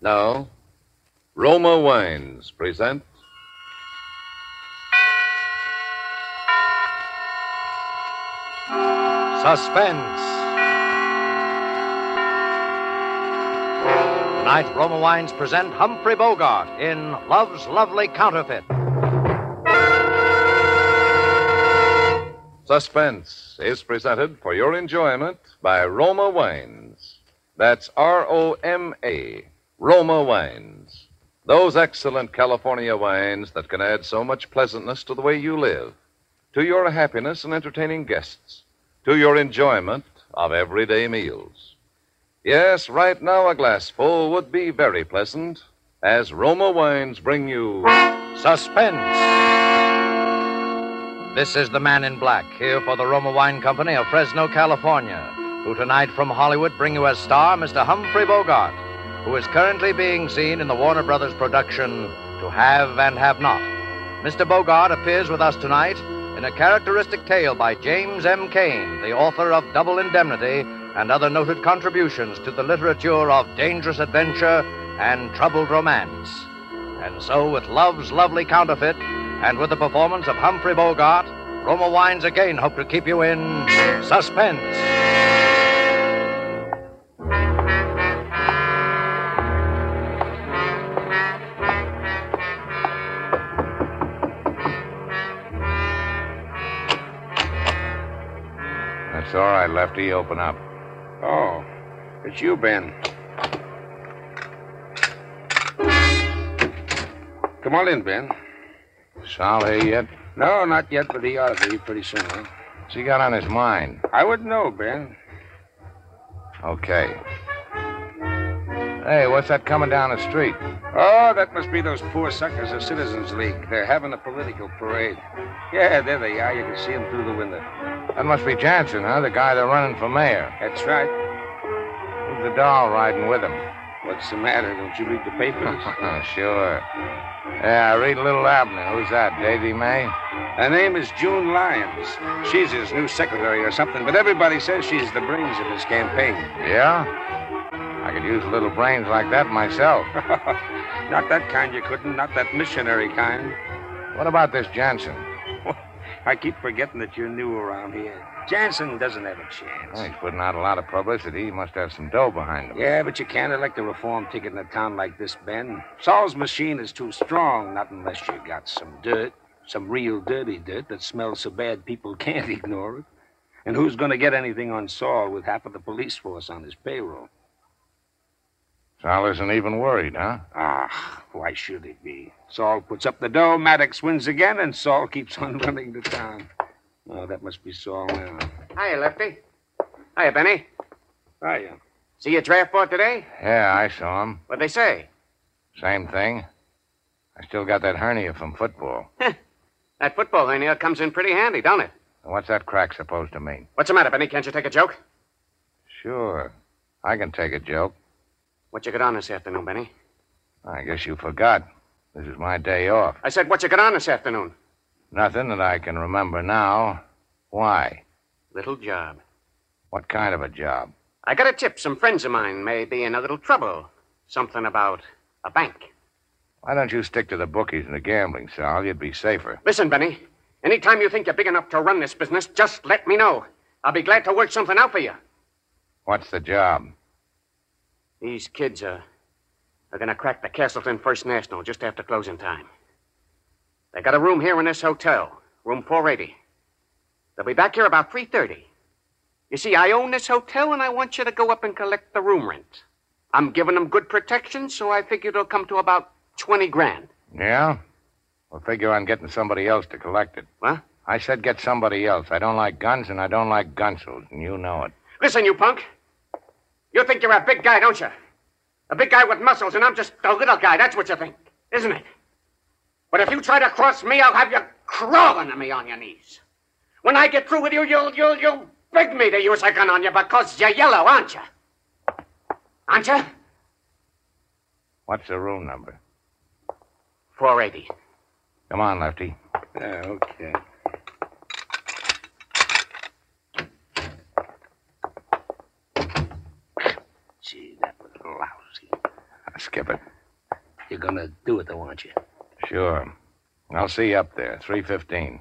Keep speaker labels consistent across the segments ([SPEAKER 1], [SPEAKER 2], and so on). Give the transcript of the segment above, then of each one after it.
[SPEAKER 1] Now, Roma Wines present.
[SPEAKER 2] Suspense. Tonight, Roma Wines present Humphrey Bogart in Love's Lovely Counterfeit.
[SPEAKER 1] Suspense is presented for your enjoyment by Roma Wines. That's R O M A, Roma Wines. Those excellent California wines that can add so much pleasantness to the way you live, to your happiness in entertaining guests, to your enjoyment of everyday meals. Yes, right now a glassful would be very pleasant as Roma Wines bring you
[SPEAKER 2] Suspense. This is the man in black here for the Roma Wine Company of Fresno, California, who tonight from Hollywood bring you as star Mr. Humphrey Bogart, who is currently being seen in the Warner Brothers production To Have and Have Not. Mr. Bogart appears with us tonight in a characteristic tale by James M. Cain, the author of Double Indemnity and other noted contributions to the literature of dangerous adventure and troubled romance. And so, with Love's Lovely Counterfeit and with the performance of Humphrey Bogart, Roma Wines again hope to keep you in suspense.
[SPEAKER 1] That's all right, Lefty. Open up.
[SPEAKER 3] Oh, it's you, Ben. Come on in, Ben.
[SPEAKER 1] Sal here yet?
[SPEAKER 3] No, not yet, but he ought to be pretty soon. Huh?
[SPEAKER 1] What's he got on his mind?
[SPEAKER 3] I wouldn't know, Ben.
[SPEAKER 1] Okay. Hey, what's that coming down the street?
[SPEAKER 3] Oh, that must be those poor suckers of Citizens League. They're having a political parade. Yeah, there they are. You can see them through the window.
[SPEAKER 1] That must be Jansen, huh? The guy they're running for mayor.
[SPEAKER 3] That's right.
[SPEAKER 1] Who's the doll riding with him?
[SPEAKER 3] What's the matter? Don't you read the papers?
[SPEAKER 1] sure. Yeah, I read Little Abner. Who's that, Davy May?
[SPEAKER 3] Her name is June Lyons. She's his new secretary or something, but everybody says she's the brains of his campaign.
[SPEAKER 1] Yeah? I could use little brains like that myself.
[SPEAKER 3] not that kind you couldn't, not that missionary kind.
[SPEAKER 1] What about this Jansen?
[SPEAKER 3] I keep forgetting that you're new around here. Jansen doesn't have a chance.
[SPEAKER 1] Well, he's putting out a lot of publicity. He must have some dough behind him.
[SPEAKER 3] Yeah, but you can't elect a reform ticket in a town like this, Ben. Saul's machine is too strong, not unless you got some dirt, some real dirty dirt that smells so bad people can't ignore it. And who's going to get anything on Saul with half of the police force on his payroll?
[SPEAKER 1] Sal isn't even worried, huh?
[SPEAKER 3] Ah, why should he be? Saul puts up the dough, Maddox wins again, and Saul keeps on running the town. Oh, that must be Saul now.
[SPEAKER 4] Hiya, Lefty. Hiya, Benny.
[SPEAKER 3] Hiya.
[SPEAKER 4] See your draft board today?
[SPEAKER 1] Yeah, I saw him.
[SPEAKER 4] What'd they say?
[SPEAKER 1] Same thing. I still got that hernia from football.
[SPEAKER 4] That football hernia comes in pretty handy, don't it?
[SPEAKER 1] What's that crack supposed to mean?
[SPEAKER 4] What's the matter, Benny? Can't you take a joke?
[SPEAKER 1] Sure. I can take a joke.
[SPEAKER 4] What you got on this afternoon, Benny?
[SPEAKER 1] I guess you forgot. This is my day off.
[SPEAKER 4] I said, what you got on this afternoon?
[SPEAKER 1] Nothing that I can remember now. Why?
[SPEAKER 4] Little job.
[SPEAKER 1] What kind of a job?
[SPEAKER 4] I got a tip. Some friends of mine may be in a little trouble. Something about a bank.
[SPEAKER 1] Why don't you stick to the bookies and the gambling, Sal? You'd be safer.
[SPEAKER 4] Listen, Benny. Anytime you think you're big enough to run this business, just let me know. I'll be glad to work something out for you.
[SPEAKER 1] What's the job?
[SPEAKER 4] These kids are, are going to crack the Castleton First National just after closing time. They got a room here in this hotel, room 480. They'll be back here about 3.30. You see, I own this hotel, and I want you to go up and collect the room rent. I'm giving them good protection, so I figure it'll come to about 20 grand.
[SPEAKER 1] Yeah? Well, figure on getting somebody else to collect it.
[SPEAKER 4] What?
[SPEAKER 1] I said get somebody else. I don't like guns, and I don't like gunsels, and you know it.
[SPEAKER 4] Listen, you punk. You think you're a big guy, don't you? A big guy with muscles, and I'm just a little guy. That's what you think, isn't it? But if you try to cross me, I'll have you crawling to me on your knees. When I get through with you, you'll you'll you'll beg me to use a gun on you because you're yellow, aren't you? Aren't you?
[SPEAKER 1] What's the room number?
[SPEAKER 4] 480.
[SPEAKER 1] Come on, Lefty.
[SPEAKER 3] Yeah, Ah, okay. Gee, that was lousy.
[SPEAKER 1] skip it.
[SPEAKER 3] You're gonna do it, though, aren't you?
[SPEAKER 1] Sure. I'll see you up there, 315.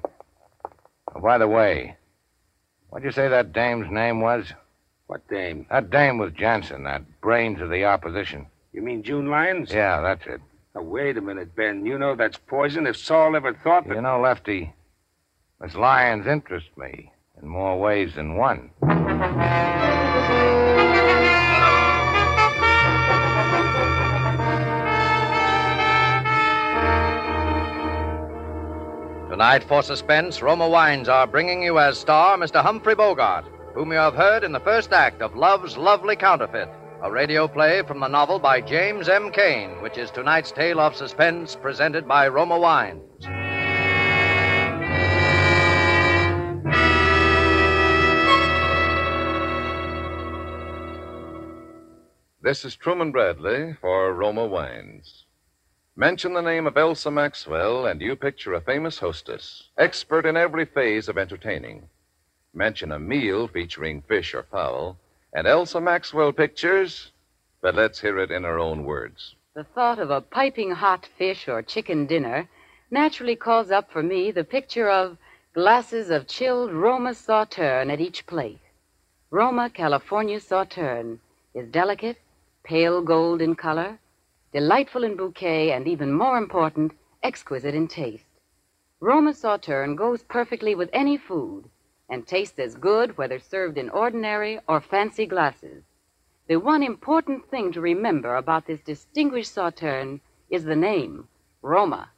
[SPEAKER 1] Oh, by the way, what'd you say that dame's name was?
[SPEAKER 3] What dame?
[SPEAKER 1] That dame was Jansen, that brains of the opposition.
[SPEAKER 3] You mean June Lyons?
[SPEAKER 1] Yeah, that's it.
[SPEAKER 3] Now, wait a minute, Ben. You know that's poison. If Saul ever thought that.
[SPEAKER 1] You know, Lefty, Miss Lyons interests me in more ways than one.
[SPEAKER 5] Tonight, for suspense, Roma Wines are bringing you as star Mr. Humphrey Bogart, whom you have heard in the first act of Love's Lovely Counterfeit, a radio play from the novel by James M. Cain, which is tonight's tale of suspense presented by Roma Wines.
[SPEAKER 1] This is Truman Bradley for Roma Wines. Mention the name of Elsa Maxwell, and you picture a famous hostess, expert in every phase of entertaining. Mention a meal featuring fish or fowl, and Elsa Maxwell pictures. But let's hear it in her own words.
[SPEAKER 6] The thought of a piping hot fish or chicken dinner naturally calls up for me the picture of glasses of chilled Roma sauterne at each plate. Roma California sauterne is delicate, pale gold in color, delightful in bouquet, and even more important, exquisite in taste. Roma sauterne goes perfectly with any food and tastes as good whether served in ordinary or fancy glasses. The one important thing to remember about this distinguished sauterne is the name, Roma.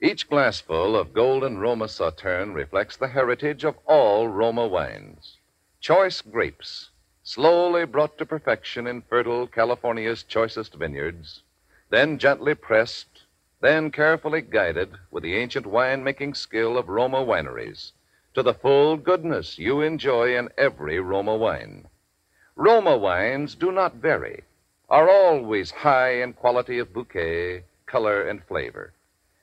[SPEAKER 1] Each glassful of golden Roma Sauterne reflects the heritage of all Roma wines. Choice grapes, slowly brought to perfection in fertile California's choicest vineyards, then gently pressed, then carefully guided with the ancient winemaking skill of Roma wineries to the full goodness you enjoy in every Roma wine. Roma wines do not vary, are always high in quality of bouquet, color, and flavor.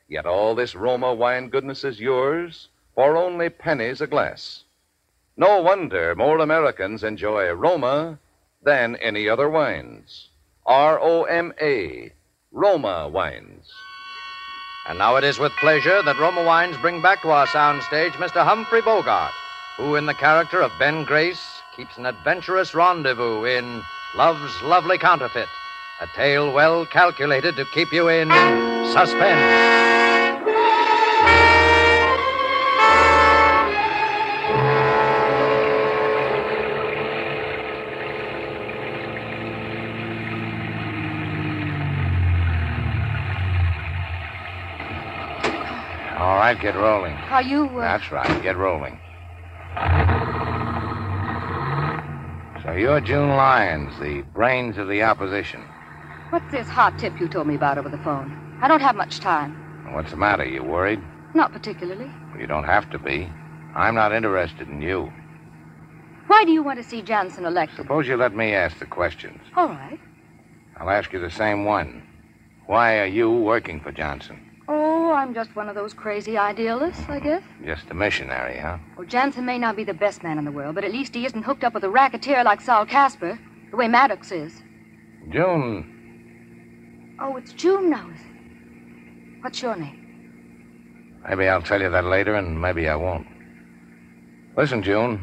[SPEAKER 1] Yet all this Roma wine goodness is yours for only pennies a glass. No wonder more Americans enjoy Roma than any other wines. R O M A, Roma wines.
[SPEAKER 5] And now it is with pleasure that Roma Wines bring back to our soundstage Mr. Humphrey Bogart, who, in the character of Ben Grace, keeps an adventurous rendezvous in Love's Lovely Counterfeit, a tale well calculated to keep you in suspense.
[SPEAKER 1] All right, get rolling.
[SPEAKER 7] Are you. Uh,
[SPEAKER 1] That's right, get rolling. So you're June Lyons, the brains of the opposition.
[SPEAKER 7] what's this hot tip you told me about over the phone? I don't have much time.
[SPEAKER 1] What's the matter? You worried?
[SPEAKER 7] Not particularly.
[SPEAKER 1] You don't have to be. I'm not interested in you.
[SPEAKER 7] Why do you want to see Jansen elected?
[SPEAKER 1] Suppose you let me ask the questions.
[SPEAKER 7] All right.
[SPEAKER 1] I'll ask you the same one. Why are you working for Johnson?
[SPEAKER 7] Oh, I'm just one of those crazy idealists, I guess.
[SPEAKER 1] Just a missionary, huh?
[SPEAKER 7] Well, Jansen may not be the best man in the world, but at least he isn't hooked up with a racketeer like Saul Casper, the way Maddox is.
[SPEAKER 1] June,
[SPEAKER 7] Oh, it's June now, is it? What's your name?
[SPEAKER 1] maybe I'll tell you that later, and maybe I won't. Listen, June,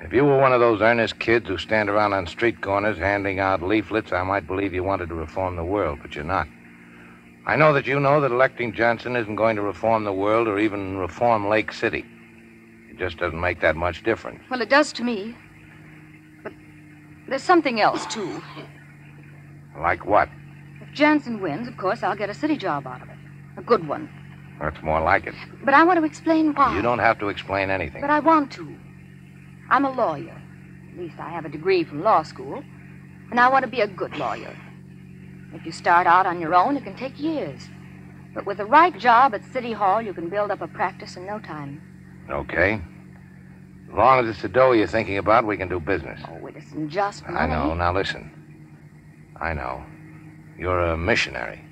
[SPEAKER 1] if you were one of those earnest kids who stand around on street corners handing out leaflets, I might believe you wanted to reform the world, but you're not. I know that you know that electing Johnson isn't going to reform the world or even reform Lake City. It just doesn't make that much difference.
[SPEAKER 7] Well, it does to me. But there's something else, too.
[SPEAKER 1] Like what?
[SPEAKER 7] If Jansen wins, of course, I'll get a city job out of it. A good one.
[SPEAKER 1] That's more like it.
[SPEAKER 7] But I want to explain why.
[SPEAKER 1] You don't have to explain anything.
[SPEAKER 7] But I want to. I'm a lawyer. At least I have a degree from law school. And I want to be a good lawyer. If you start out on your own, it can take years. But with the right job at City Hall, you can build up a practice in no time.
[SPEAKER 1] Okay. As long as it's the dough you're thinking about, we can do business.
[SPEAKER 7] Oh, it isn't just money.
[SPEAKER 1] I know. Now listen. I know. You're a missionary.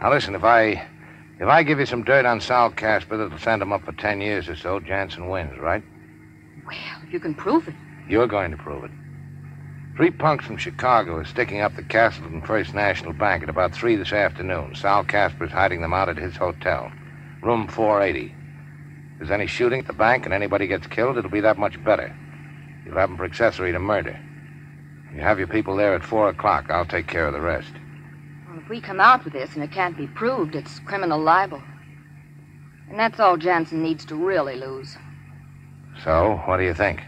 [SPEAKER 1] Now listen, if I if I give you some dirt on Sal Casper that'll send him up for ten years or so, Jansen wins, right?
[SPEAKER 7] Well, if you can prove it.
[SPEAKER 1] You're going to prove it. Three punks from Chicago are sticking up the Castleton First National Bank at about 3 this afternoon. Sal Casper's hiding them out at his hotel, room 480. If there's any shooting at the bank and anybody gets killed, it'll be that much better. You'll have them for accessory to murder. You have your people there at 4 o'clock. I'll take care of the rest.
[SPEAKER 8] Well, if we come out with this and it can't be proved, it's criminal libel. And that's all Jansen needs to really lose.
[SPEAKER 1] So, what do you think?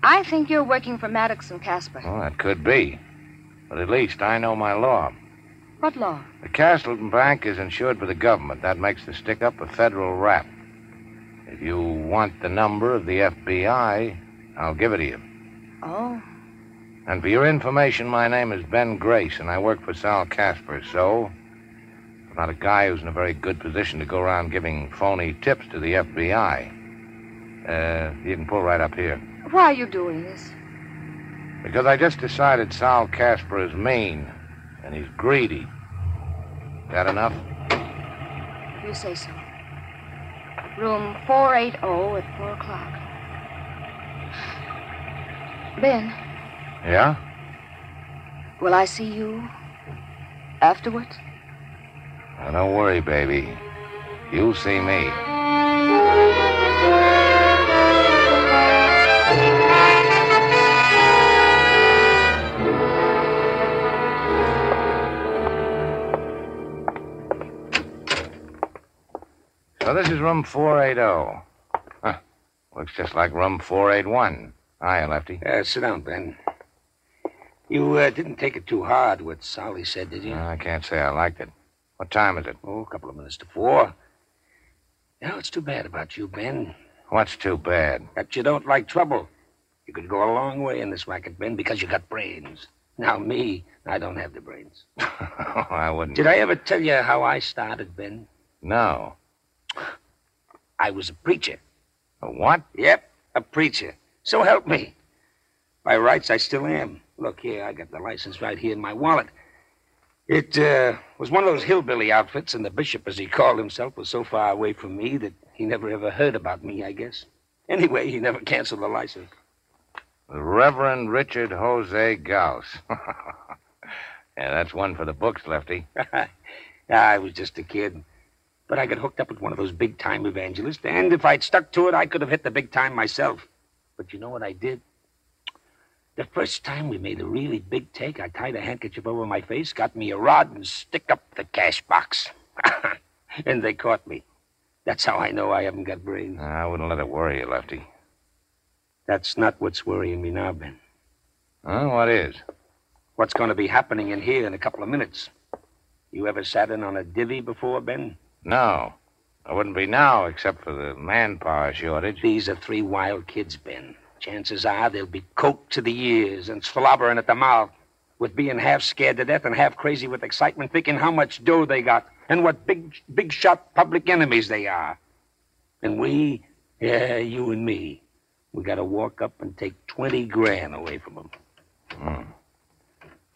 [SPEAKER 8] I think you're working for Maddox and Casper.
[SPEAKER 1] Well, that could be. But at least I know my law.
[SPEAKER 8] What law?
[SPEAKER 1] The Castleton Bank is insured by the government. That makes the stick up a federal rap. If you want the number of the FBI, I'll give it to you.
[SPEAKER 8] Oh,
[SPEAKER 1] And for your information, my name is Ben Grace, and I work for Sal Casper, so I'm not a guy who's in a very good position to go around giving phony tips to the FBI. Uh, you can pull right up here.
[SPEAKER 8] why are you doing this?
[SPEAKER 1] Because I just decided Sal Casper is mean, and he's greedy. That enough?
[SPEAKER 8] If you say so. Room 480 at 4 o'clock. Ben,
[SPEAKER 1] Yeah?
[SPEAKER 8] will I see you afterwards?
[SPEAKER 1] Now, don't worry, baby. You'll see me. So this is room 480. Huh. Looks just like room 481. Hiya, Lefty.
[SPEAKER 3] Uh, sit down, Ben. You uh, didn't take it too hard what Solly said, did you?
[SPEAKER 1] No, I can't say I liked it. What time is it?
[SPEAKER 3] Oh, a couple of minutes to four. You know, it's too bad about you, Ben.
[SPEAKER 1] What's too bad?
[SPEAKER 3] That you don't like trouble. You could go a long way in this racket, Ben, because you got brains. Now, me, I don't have the brains.
[SPEAKER 1] I wouldn't.
[SPEAKER 3] Did I ever tell you how I started, Ben?
[SPEAKER 1] No.
[SPEAKER 3] I was a preacher.
[SPEAKER 1] A What?
[SPEAKER 3] Yep, a preacher. So help me. By rights, I still am. Look here, I got the license right here in my wallet. It uh, was one of those hillbilly outfits, and the bishop, as he called himself, was so far away from me that he never ever heard about me, I guess. Anyway, he never canceled the license.
[SPEAKER 1] The Reverend Richard Jose Gauss. yeah, that's one for the books, Lefty.
[SPEAKER 3] Ah, I was just a kid. But I got hooked up with one of those big time evangelists, and if I'd stuck to it, I could have hit the big time myself. But you know what I did? The first time we made a really big take, I tied a handkerchief over my face, got me a rod, and stick up the cash box. and they caught me. That's how I know I haven't got brains.
[SPEAKER 1] I wouldn't let it worry you, Lefty.
[SPEAKER 3] That's not what's worrying me now, Ben.
[SPEAKER 1] Huh? What is?
[SPEAKER 3] What's going to be happening in here in a couple of minutes? You ever sat in on a divvy before, Ben?
[SPEAKER 1] No. I wouldn't be now, except for the manpower shortage.
[SPEAKER 3] These are three wild kids, Ben. Chances are they'll be coked to the ears and slobbering at the mouth, with being half scared to death and half crazy with excitement, thinking how much dough they got and what big, big shot public enemies they are. And we, yeah, you and me, we got to walk up and take 20 grand away from them.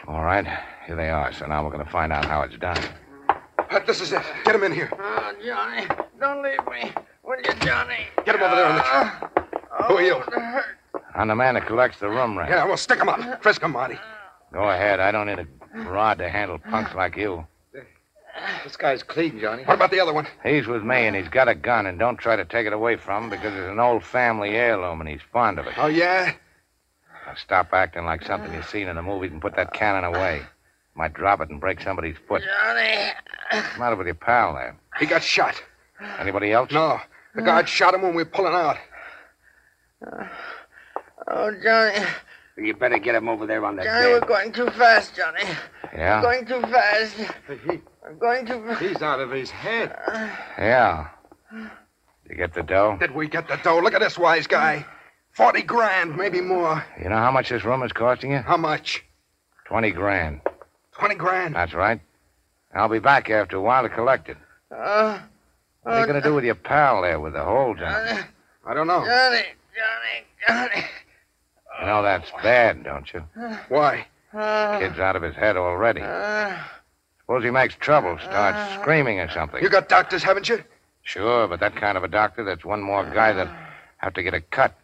[SPEAKER 1] All right, here they are. So now we're going to find out how it's done.
[SPEAKER 9] Pat, this is it. Get him in here.
[SPEAKER 4] Oh, Johnny, don't leave me. Will you, Johnny?
[SPEAKER 9] Get him over there in the chair. Who are you?
[SPEAKER 1] I'm the man who collects the room rent.
[SPEAKER 9] Yeah, well, stick him out. Frisk him, Marty.
[SPEAKER 1] Go ahead. I don't need a rod to handle punks like you.
[SPEAKER 9] This guy's clean, Johnny. What about the other one?
[SPEAKER 1] He's with me, and he's got a gun, and don't try to take it away from him because it's an old family heirloom, and he's fond of it.
[SPEAKER 9] Oh, yeah?
[SPEAKER 1] Now stop acting like something
[SPEAKER 4] Uh.
[SPEAKER 1] you've seen in the movies and put that cannon away. Might drop it and break somebody's foot.
[SPEAKER 4] Johnny.
[SPEAKER 1] What's the matter with your pal there?
[SPEAKER 9] He got shot.
[SPEAKER 1] Anybody else?
[SPEAKER 9] No. The guard shot him when we were pulling out.
[SPEAKER 4] Oh, Johnny.
[SPEAKER 3] You better get them over there on that
[SPEAKER 4] Johnny, we're
[SPEAKER 3] bed.
[SPEAKER 4] going too fast, Johnny.
[SPEAKER 1] Yeah?
[SPEAKER 4] Going too fast. I'm going too fast.
[SPEAKER 9] He's out of his head.
[SPEAKER 1] Yeah. You get the dough?
[SPEAKER 9] Did we get the dough? Look at this wise guy. 40 grand, maybe more.
[SPEAKER 1] You know how much this room is costing you?
[SPEAKER 9] How much?
[SPEAKER 1] Twenty grand.
[SPEAKER 9] 20 grand.
[SPEAKER 1] That's right. I'll be back after a while to collect it.
[SPEAKER 4] Oh,
[SPEAKER 1] What are you going to do with your pal there with the hold on?
[SPEAKER 4] Johnny,
[SPEAKER 9] I don't know.
[SPEAKER 4] Johnny, Johnny, Johnny.
[SPEAKER 1] You know that's bad, don't you?
[SPEAKER 9] Why?
[SPEAKER 4] Oh,
[SPEAKER 1] Kid's out of his head already.
[SPEAKER 4] oh,
[SPEAKER 1] Suppose he makes trouble,
[SPEAKER 4] Uh.
[SPEAKER 1] starts screaming or something.
[SPEAKER 9] You got doctors, haven't you?
[SPEAKER 1] Sure, but that kind of a doctor, that's one more guy that have to get a cut.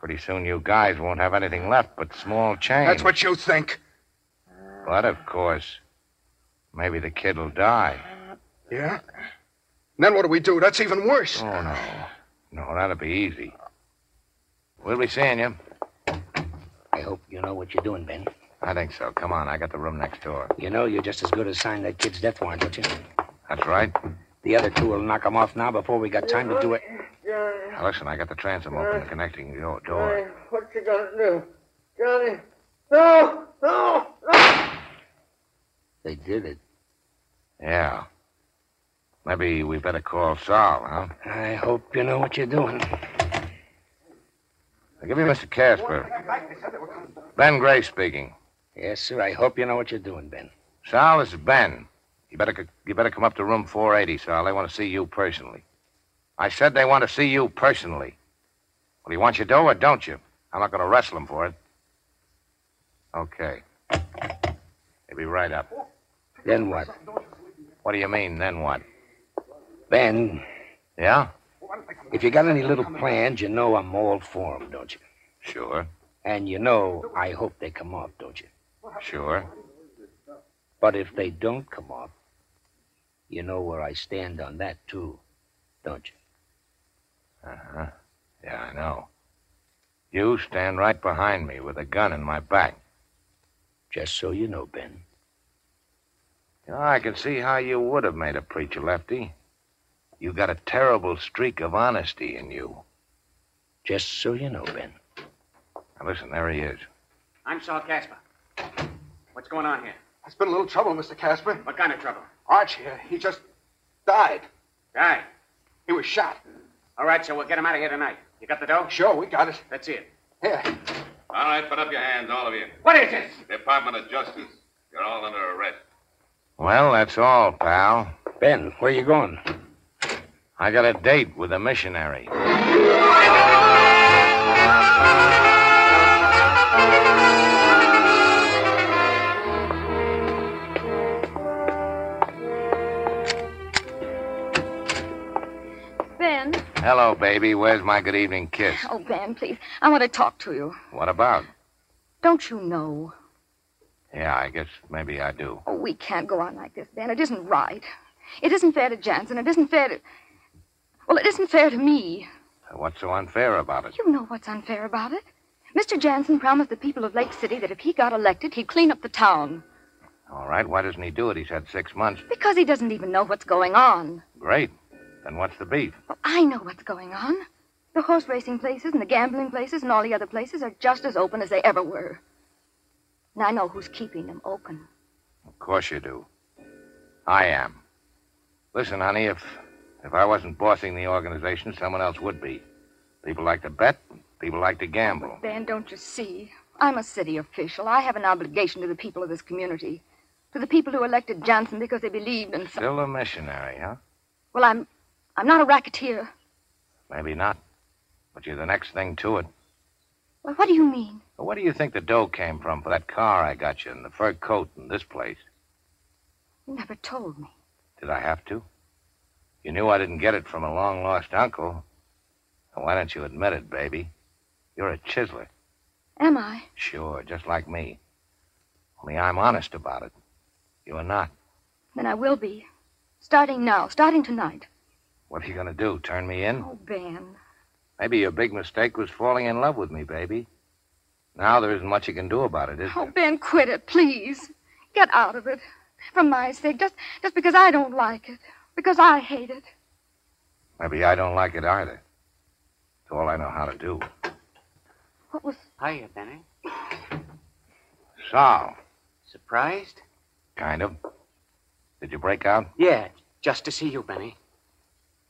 [SPEAKER 1] Pretty soon you guys won't have anything left but small change.
[SPEAKER 9] That's what you think.
[SPEAKER 1] But, of course, maybe the kid will die.
[SPEAKER 9] Yeah? Then what do we do? That's even worse.
[SPEAKER 1] Oh, no. No, that'll be easy. We'll be seeing you.
[SPEAKER 3] I hope you know what you're doing, Ben.
[SPEAKER 1] I think so. Come on, I got the room next door.
[SPEAKER 3] You know you're just as good as signing that kid's death warrant, don't you?
[SPEAKER 1] That's right.
[SPEAKER 3] The other two will knock him off now before we got time to do it.
[SPEAKER 1] Now, listen, I got the transom open, the connecting do- door.
[SPEAKER 10] What you gonna do? Johnny. No! No! No!
[SPEAKER 3] They did it.
[SPEAKER 1] Yeah. Maybe we better call Sal, huh?
[SPEAKER 3] I hope you know what you're doing.
[SPEAKER 1] Give me Mr. Casper. Ben Gray speaking.
[SPEAKER 3] Yes, sir. I hope you know what you're doing, Ben.
[SPEAKER 1] Sal, this is Ben. You better, c- you better come up to room 480, Sal. They want to see you personally. I said they want to see you personally. Well, do you want you do or don't you? I'm not going to wrestle them for it. Okay. They'll be right up.
[SPEAKER 3] Then what?
[SPEAKER 1] What do you mean, then what?
[SPEAKER 3] Ben,
[SPEAKER 1] Yeah?
[SPEAKER 3] if you got any little plans, you know I'm all for 'em, don't you?
[SPEAKER 1] Sure,
[SPEAKER 3] And you know I hope they come off, don't you?
[SPEAKER 1] sure.
[SPEAKER 3] But if they don't come off, you know where I stand on that, too, don't you?
[SPEAKER 1] Uh-huh. Yeah, I know. You stand right behind me with a gun in my back.
[SPEAKER 3] Just so you know, Ben.
[SPEAKER 1] You know, I can see how you would have made a preacher, Lefty. You got a terrible streak of honesty in you.
[SPEAKER 3] Just so you know, Ben.
[SPEAKER 1] Now, listen, there he is.
[SPEAKER 4] I'm Saul Casper. What's going on here?
[SPEAKER 9] It's been a little trouble, Mr. Casper.
[SPEAKER 4] What kind of trouble?
[SPEAKER 9] Arch here, he just died.
[SPEAKER 4] Guy.
[SPEAKER 9] He was shot.
[SPEAKER 4] All right, so we'll get him out of here tonight. You got the dough?
[SPEAKER 9] Sure, we got it.
[SPEAKER 4] That's it.
[SPEAKER 9] Here.
[SPEAKER 11] All right, put up your hands, all of you.
[SPEAKER 4] What is this?
[SPEAKER 11] Department of Justice. You're all under arrest.
[SPEAKER 1] Well, that's all, pal.
[SPEAKER 3] Ben, where you going?
[SPEAKER 1] I got a date with a missionary.
[SPEAKER 8] Ben.
[SPEAKER 1] Hello, baby. Where's my good evening kiss?
[SPEAKER 8] Oh, Ben, please. I want to talk to you.
[SPEAKER 1] What about?
[SPEAKER 8] Don't you know?
[SPEAKER 1] Yeah, I guess maybe I do.
[SPEAKER 8] Oh, we can't go on like this, Ben. It isn't right. It isn't fair to Jansen. It isn't fair to. Well, it isn't fair to me.
[SPEAKER 1] What's so unfair about it?
[SPEAKER 8] You know what's unfair about it. Mr. Jansen promised the people of Lake City that if he got elected, he'd clean up the town.
[SPEAKER 1] All right, why doesn't he do it? He's had six months.
[SPEAKER 8] Because he doesn't even know what's going on.
[SPEAKER 1] Great. Then what's the beef?
[SPEAKER 8] Well, I know what's going on. The horse racing places and the gambling places and all the other places are just as open as they ever were. And I know who's keeping them open.
[SPEAKER 1] Of course you do. I am. Listen, honey, if if I wasn't bossing the organization, someone else would be. People like to bet, people like to gamble.
[SPEAKER 8] Ben, don't you see? I'm a city official. I have an obligation to the people of this community. To the people who elected Johnson because they believed in some.
[SPEAKER 1] Still a missionary, huh?
[SPEAKER 8] Well, I'm I'm not a racketeer.
[SPEAKER 1] Maybe not. But you're the next thing to it.
[SPEAKER 8] Well, what do you mean?
[SPEAKER 1] But where do you think the dough came from for that car I got you and the fur coat and this place?
[SPEAKER 8] You never told me.
[SPEAKER 1] Did I have to? You knew I didn't get it from a long lost uncle. Now, Why don't you admit it, baby? You're a chiseler.
[SPEAKER 8] Am I?
[SPEAKER 1] Sure, just like me. Only I'm honest about it. You are not.
[SPEAKER 8] Then I will be. Starting now, starting tonight.
[SPEAKER 1] What are you going to do? Turn me in?
[SPEAKER 8] Oh, Ben.
[SPEAKER 1] Maybe your big mistake was falling in love with me, baby. Now there isn't much you can do about it, is
[SPEAKER 8] Oh,
[SPEAKER 1] there?
[SPEAKER 8] Ben, quit it, please. Get out of it. For my sake, just just because I don't like it. Because I hate it.
[SPEAKER 1] Maybe I don't like it either. It's all I know how to do.
[SPEAKER 8] What was
[SPEAKER 4] Hiya, Benny.
[SPEAKER 1] Sal,
[SPEAKER 4] Surprised?
[SPEAKER 1] kind of. Did you break out?
[SPEAKER 4] Yeah, just to see you, Benny.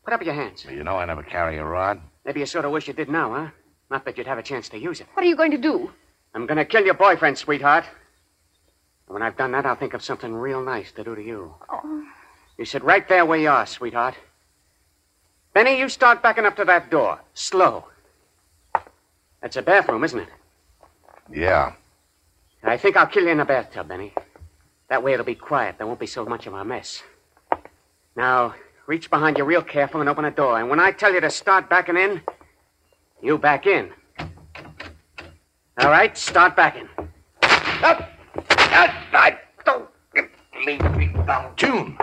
[SPEAKER 4] Put up your hands.
[SPEAKER 1] Well, you know I never carry a rod.
[SPEAKER 4] Maybe you sort of wish you did now, huh? Not that you'd have a chance to use it.
[SPEAKER 8] what are you going to do?
[SPEAKER 4] I'm gonna kill your boyfriend, sweetheart. And when I've done that, I'll think of something real nice to do to you.
[SPEAKER 8] Oh.
[SPEAKER 4] You sit right there where you are, sweetheart. Benny, you start backing up to that door. Slow. That's a bathroom, isn't it?
[SPEAKER 1] Yeah.
[SPEAKER 4] I think I'll kill you in the bathtub, Benny. That way it'll be quiet. There won't be so much of a mess. Now, reach behind you real careful and open the door. And when I tell you to start backing in, you back in. All right, start backing.
[SPEAKER 1] Up! Up! I don't leave me down. June.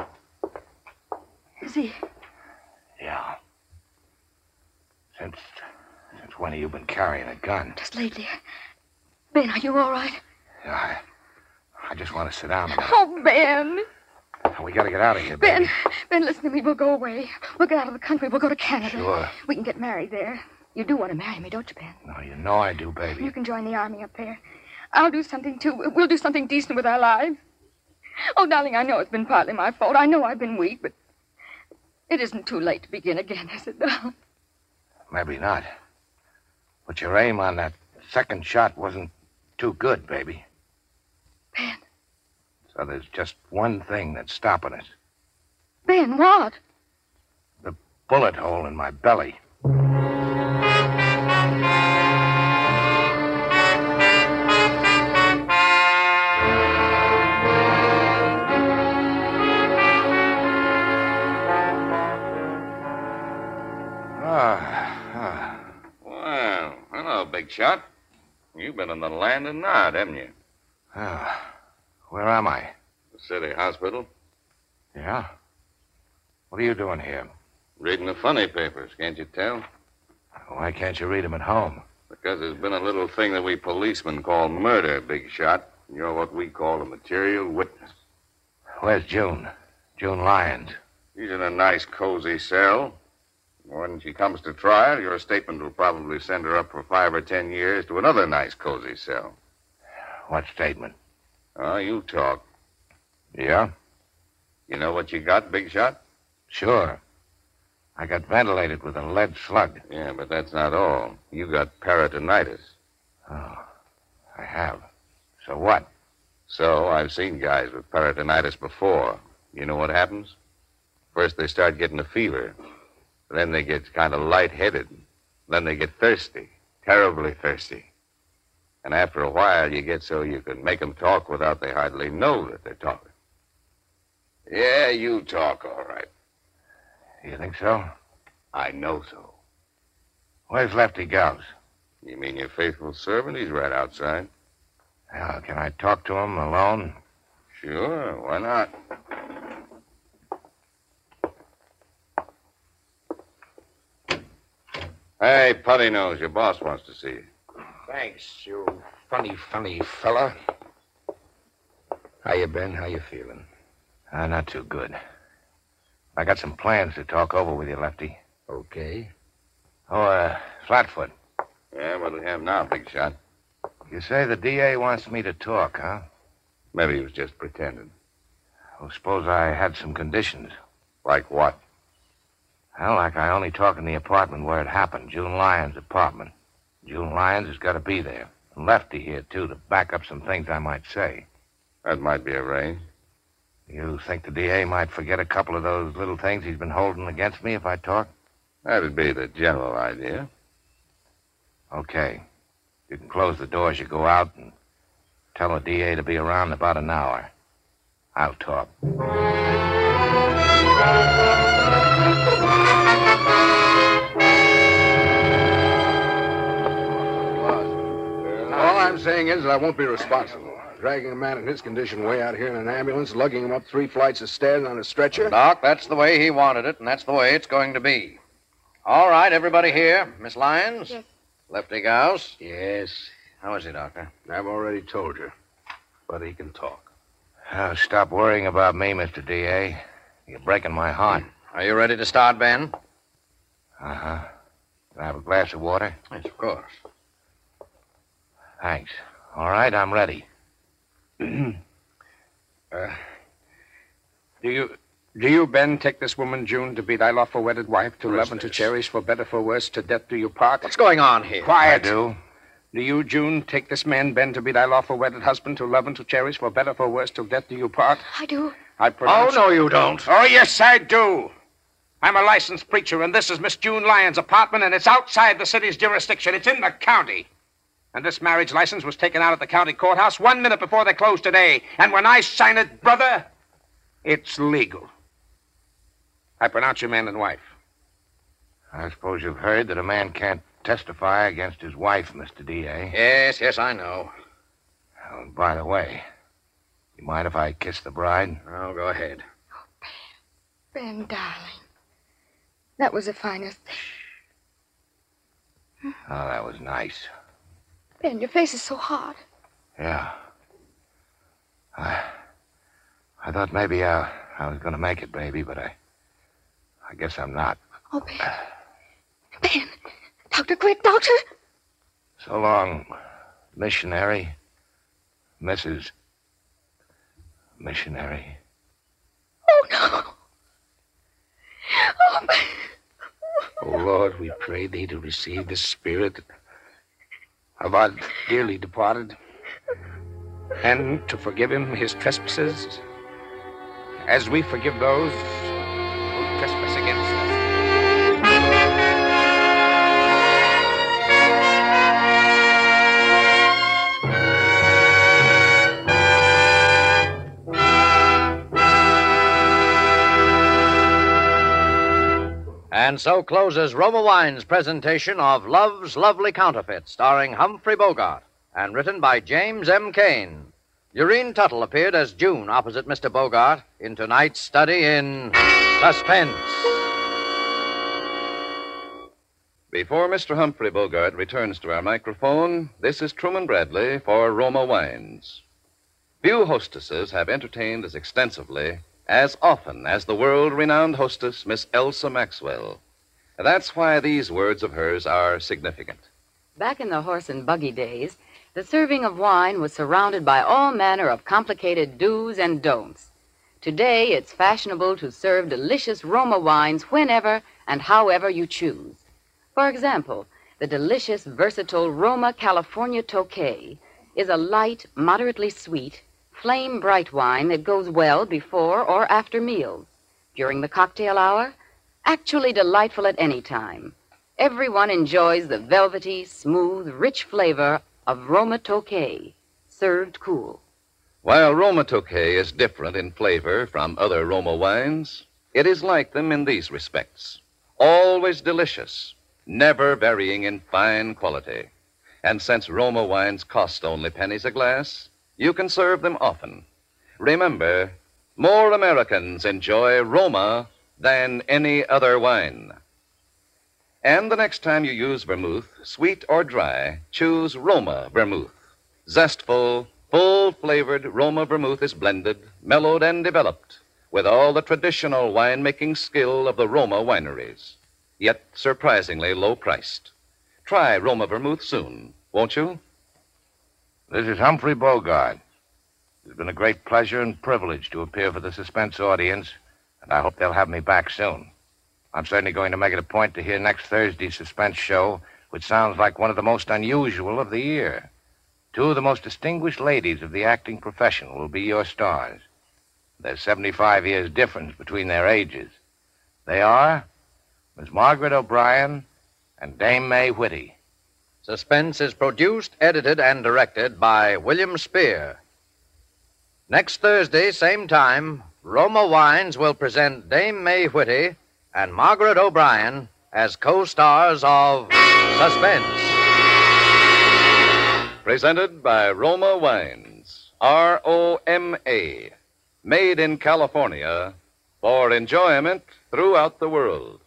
[SPEAKER 8] Is he?
[SPEAKER 1] Yeah. Since since when have you been carrying a gun?
[SPEAKER 8] Just lately. Ben, are you all right?
[SPEAKER 1] Yeah, I, I just want to sit down. Now.
[SPEAKER 8] Oh, Ben.
[SPEAKER 1] We got to get out of here,
[SPEAKER 8] Ben,
[SPEAKER 1] baby.
[SPEAKER 8] Ben, listen to me. We'll go away. We'll get out of the country. We'll go to Canada.
[SPEAKER 1] Sure.
[SPEAKER 8] We can get married there. You do want to marry me, don't you, Ben?
[SPEAKER 1] No, you know I do, baby.
[SPEAKER 8] You can join the army up there. I'll do something, too. We'll do something decent with our lives. Oh, darling, I know it's been partly my fault. I know I've been weak, but it isn't too late to begin again, is it, darling?
[SPEAKER 1] Maybe not. But your aim on that second shot wasn't too good, baby.
[SPEAKER 8] Ben.
[SPEAKER 1] So there's just one thing that's stopping us
[SPEAKER 8] Ben, what?
[SPEAKER 1] bullet hole in my belly. Ah, ah.
[SPEAKER 11] Well, hello, big shot. You've been in the land of Nod, haven't you?
[SPEAKER 1] Ah. Where am I?
[SPEAKER 11] The city hospital.
[SPEAKER 1] Yeah? What are you doing here?
[SPEAKER 11] Reading the funny papers, can't you tell?
[SPEAKER 1] Why can't you read them at home?
[SPEAKER 11] Because there's been a little thing that we policemen call murder, big shot. You're what we call a material witness.
[SPEAKER 1] Where's June? June Lyons.
[SPEAKER 11] She's in a nice, cozy cell. When she comes to trial, your statement will probably send her up for five or ten years to another nice, cozy cell.
[SPEAKER 1] What statement?
[SPEAKER 11] Oh, you talk.
[SPEAKER 1] Yeah?
[SPEAKER 11] You know what you got, big shot?
[SPEAKER 1] Sure. I got ventilated with a lead slug.
[SPEAKER 11] Yeah, but that's not all. You got peritonitis.
[SPEAKER 1] Oh, I have. So what?
[SPEAKER 11] So I've seen guys with peritonitis before. You know what happens? First they start getting a fever. Then they get kind of lightheaded. Then they get thirsty, terribly thirsty. And after a while, you get so you can make 'em talk without they hardly know that they're talking. Yeah, you talk all right.
[SPEAKER 1] You think so?
[SPEAKER 11] I know so.
[SPEAKER 1] Where's Lefty Gauss?
[SPEAKER 11] You mean your faithful servant? He's right outside.
[SPEAKER 1] Well, can I talk to him alone?
[SPEAKER 11] Sure, why not? Hey, Putty Nose, your boss wants to see you.
[SPEAKER 1] Thanks, you funny, funny fella. How you been? How you feeling? Uh, not too good. I got some plans to talk over with you, Lefty. Okay. Oh, uh, Flatfoot,
[SPEAKER 11] Yeah, what do we have now, Big Shot?
[SPEAKER 1] you say the DA wants me to talk, huh?
[SPEAKER 11] Maybe he was just pretending.
[SPEAKER 1] Well, suppose I had some conditions.
[SPEAKER 11] Like what?
[SPEAKER 1] Well, like I only talk in the apartment where it happened, June Lyons' apartment. June Lyons has got to be there. And Lefty here, too, to back up some things I might say.
[SPEAKER 11] That might be arranged.
[SPEAKER 1] You think the DA might forget a couple of those little things he's been holding against me if I talk?
[SPEAKER 11] That'd be the general idea.
[SPEAKER 1] Okay. You can close the door as you go out and tell the DA to be around in about an hour. I'll talk.
[SPEAKER 9] All I'm saying is that I won't be responsible. Dragging a man in his condition way out here in an ambulance, lugging him up three flights of stairs on a stretcher.
[SPEAKER 12] Doc, that's the way he wanted it, and that's the way it's going to be. All right, everybody here. Miss Lyons?
[SPEAKER 8] Yes.
[SPEAKER 12] Lefty Gauss?
[SPEAKER 9] Yes,
[SPEAKER 12] How is he, Doctor?
[SPEAKER 9] I've already told you. But he can talk.
[SPEAKER 1] Oh, stop worrying about me, Mr. DA. You're breaking my heart.
[SPEAKER 12] Are you ready to start, Ben?
[SPEAKER 1] Uh huh. Can I have a glass of water?
[SPEAKER 12] Yes, of course.
[SPEAKER 1] Thanks. All right, I'm ready. Do you.
[SPEAKER 3] Do you, Ben, take this woman, June, to be thy lawful wedded wife, to love and to
[SPEAKER 12] Prisoners.
[SPEAKER 3] cherish, for better, for worse, to death do you part?
[SPEAKER 12] What's going on here?
[SPEAKER 3] Quiet.
[SPEAKER 1] I do.
[SPEAKER 3] Do you, June, take this man, Ben, to be thy lawful wedded husband, to love and to cherish, for better, for worse, till death do you part?
[SPEAKER 8] I do.
[SPEAKER 3] I
[SPEAKER 12] Oh,
[SPEAKER 3] pronounce...
[SPEAKER 12] no, you don't.
[SPEAKER 3] Oh, yes, I do. I'm a licensed preacher, and this is Miss June Lyon's apartment, and it's outside the city's jurisdiction. It's in the county. And this marriage license was taken out at the county courthouse one minute before they closed today. And when I sign it, brother, it's legal. I pronounce you man and wife.
[SPEAKER 1] I suppose you've heard that a man can't testify against his wife, Mr. D.A.
[SPEAKER 13] Yes, yes, I know.
[SPEAKER 1] Oh, and by the way, you mind if I kiss the bride?
[SPEAKER 13] Oh, go ahead.
[SPEAKER 8] Ben, darling. That was the finest.
[SPEAKER 1] Oh, that was nice.
[SPEAKER 8] Ben, your face is so hard.
[SPEAKER 1] Yeah. I, I thought maybe I, I was going to make it, baby, but I, I guess I'm not.
[SPEAKER 8] Oh, Ben. Ben. Doctor, quick, doctor.
[SPEAKER 1] So long, missionary, Mrs. Missionary.
[SPEAKER 8] Oh, no. Oh, Ben.
[SPEAKER 3] Oh, Lord, we pray thee to receive the spirit of our dearly departed and to forgive him his trespasses as we forgive those who trespass against us.
[SPEAKER 14] And so closes Roma Wine's presentation of Love's Lovely Counterfeit, starring Humphrey Bogart and written by James M. Cain. Eurene Tuttle appeared as June opposite Mr. Bogart in tonight's study in Suspense.
[SPEAKER 11] Before Mr. Humphrey Bogart returns to our microphone, this is Truman Bradley for Roma Wines. Few hostesses have entertained as extensively, as often as the world renowned hostess, Miss Elsa Maxwell. That's why these words of hers are significant.
[SPEAKER 7] Back in the horse and buggy days, the serving of wine was surrounded by all manner of complicated do's and don'ts. Today, it's fashionable to serve delicious Roma wines whenever and however you choose. For example, the delicious, versatile Roma California Tokay is a light, moderately sweet, flame bright wine that goes well before or after meals, during the cocktail hour, actually delightful at any time. Everyone enjoys the velvety, smooth, rich flavor of Roma Tokay, served cool.
[SPEAKER 11] While Roma Tokay is different in flavor from other Roma wines, it is like them in these respects always delicious, never varying in fine quality. And since Roma wines cost only pennies a glass, you can serve them often. Remember, more Americans enjoy Roma than any other wine. And the next time you use vermouth, sweet or dry, choose Roma vermouth. Zestful, full flavored Roma vermouth is blended, mellowed, and developed with all the traditional winemaking skill of the Roma wineries, yet surprisingly low priced. Try Roma vermouth soon, won't you?
[SPEAKER 1] This is Humphrey Bogart. It's been a great pleasure and privilege to appear for the suspense audience, and I hope they'll have me back soon. I'm certainly going to make it a point to hear next Thursday's suspense show, which sounds like one of the most unusual of the year. Two of the most distinguished ladies of the acting profession will be your stars. There's 75 years difference between their ages. They are Miss Margaret O'Brien and Dame May Whitty.
[SPEAKER 14] Suspense is produced, edited, and directed by William Spear. Next Thursday, same time, Roma Wines will present Dame May Whitty and Margaret O'Brien as co stars of Suspense.
[SPEAKER 11] Presented by Roma Wines, R O M A, made in California for enjoyment throughout the world.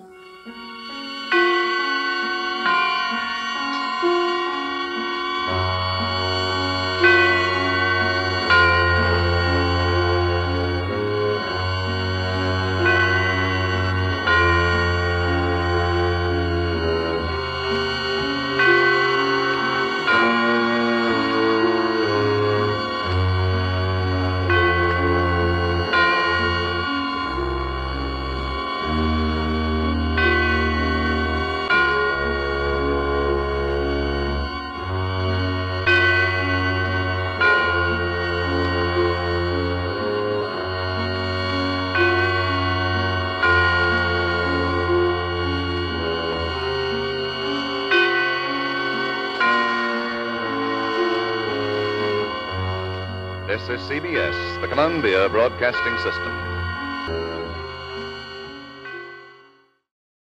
[SPEAKER 11] This is CBS, the Columbia Broadcasting System.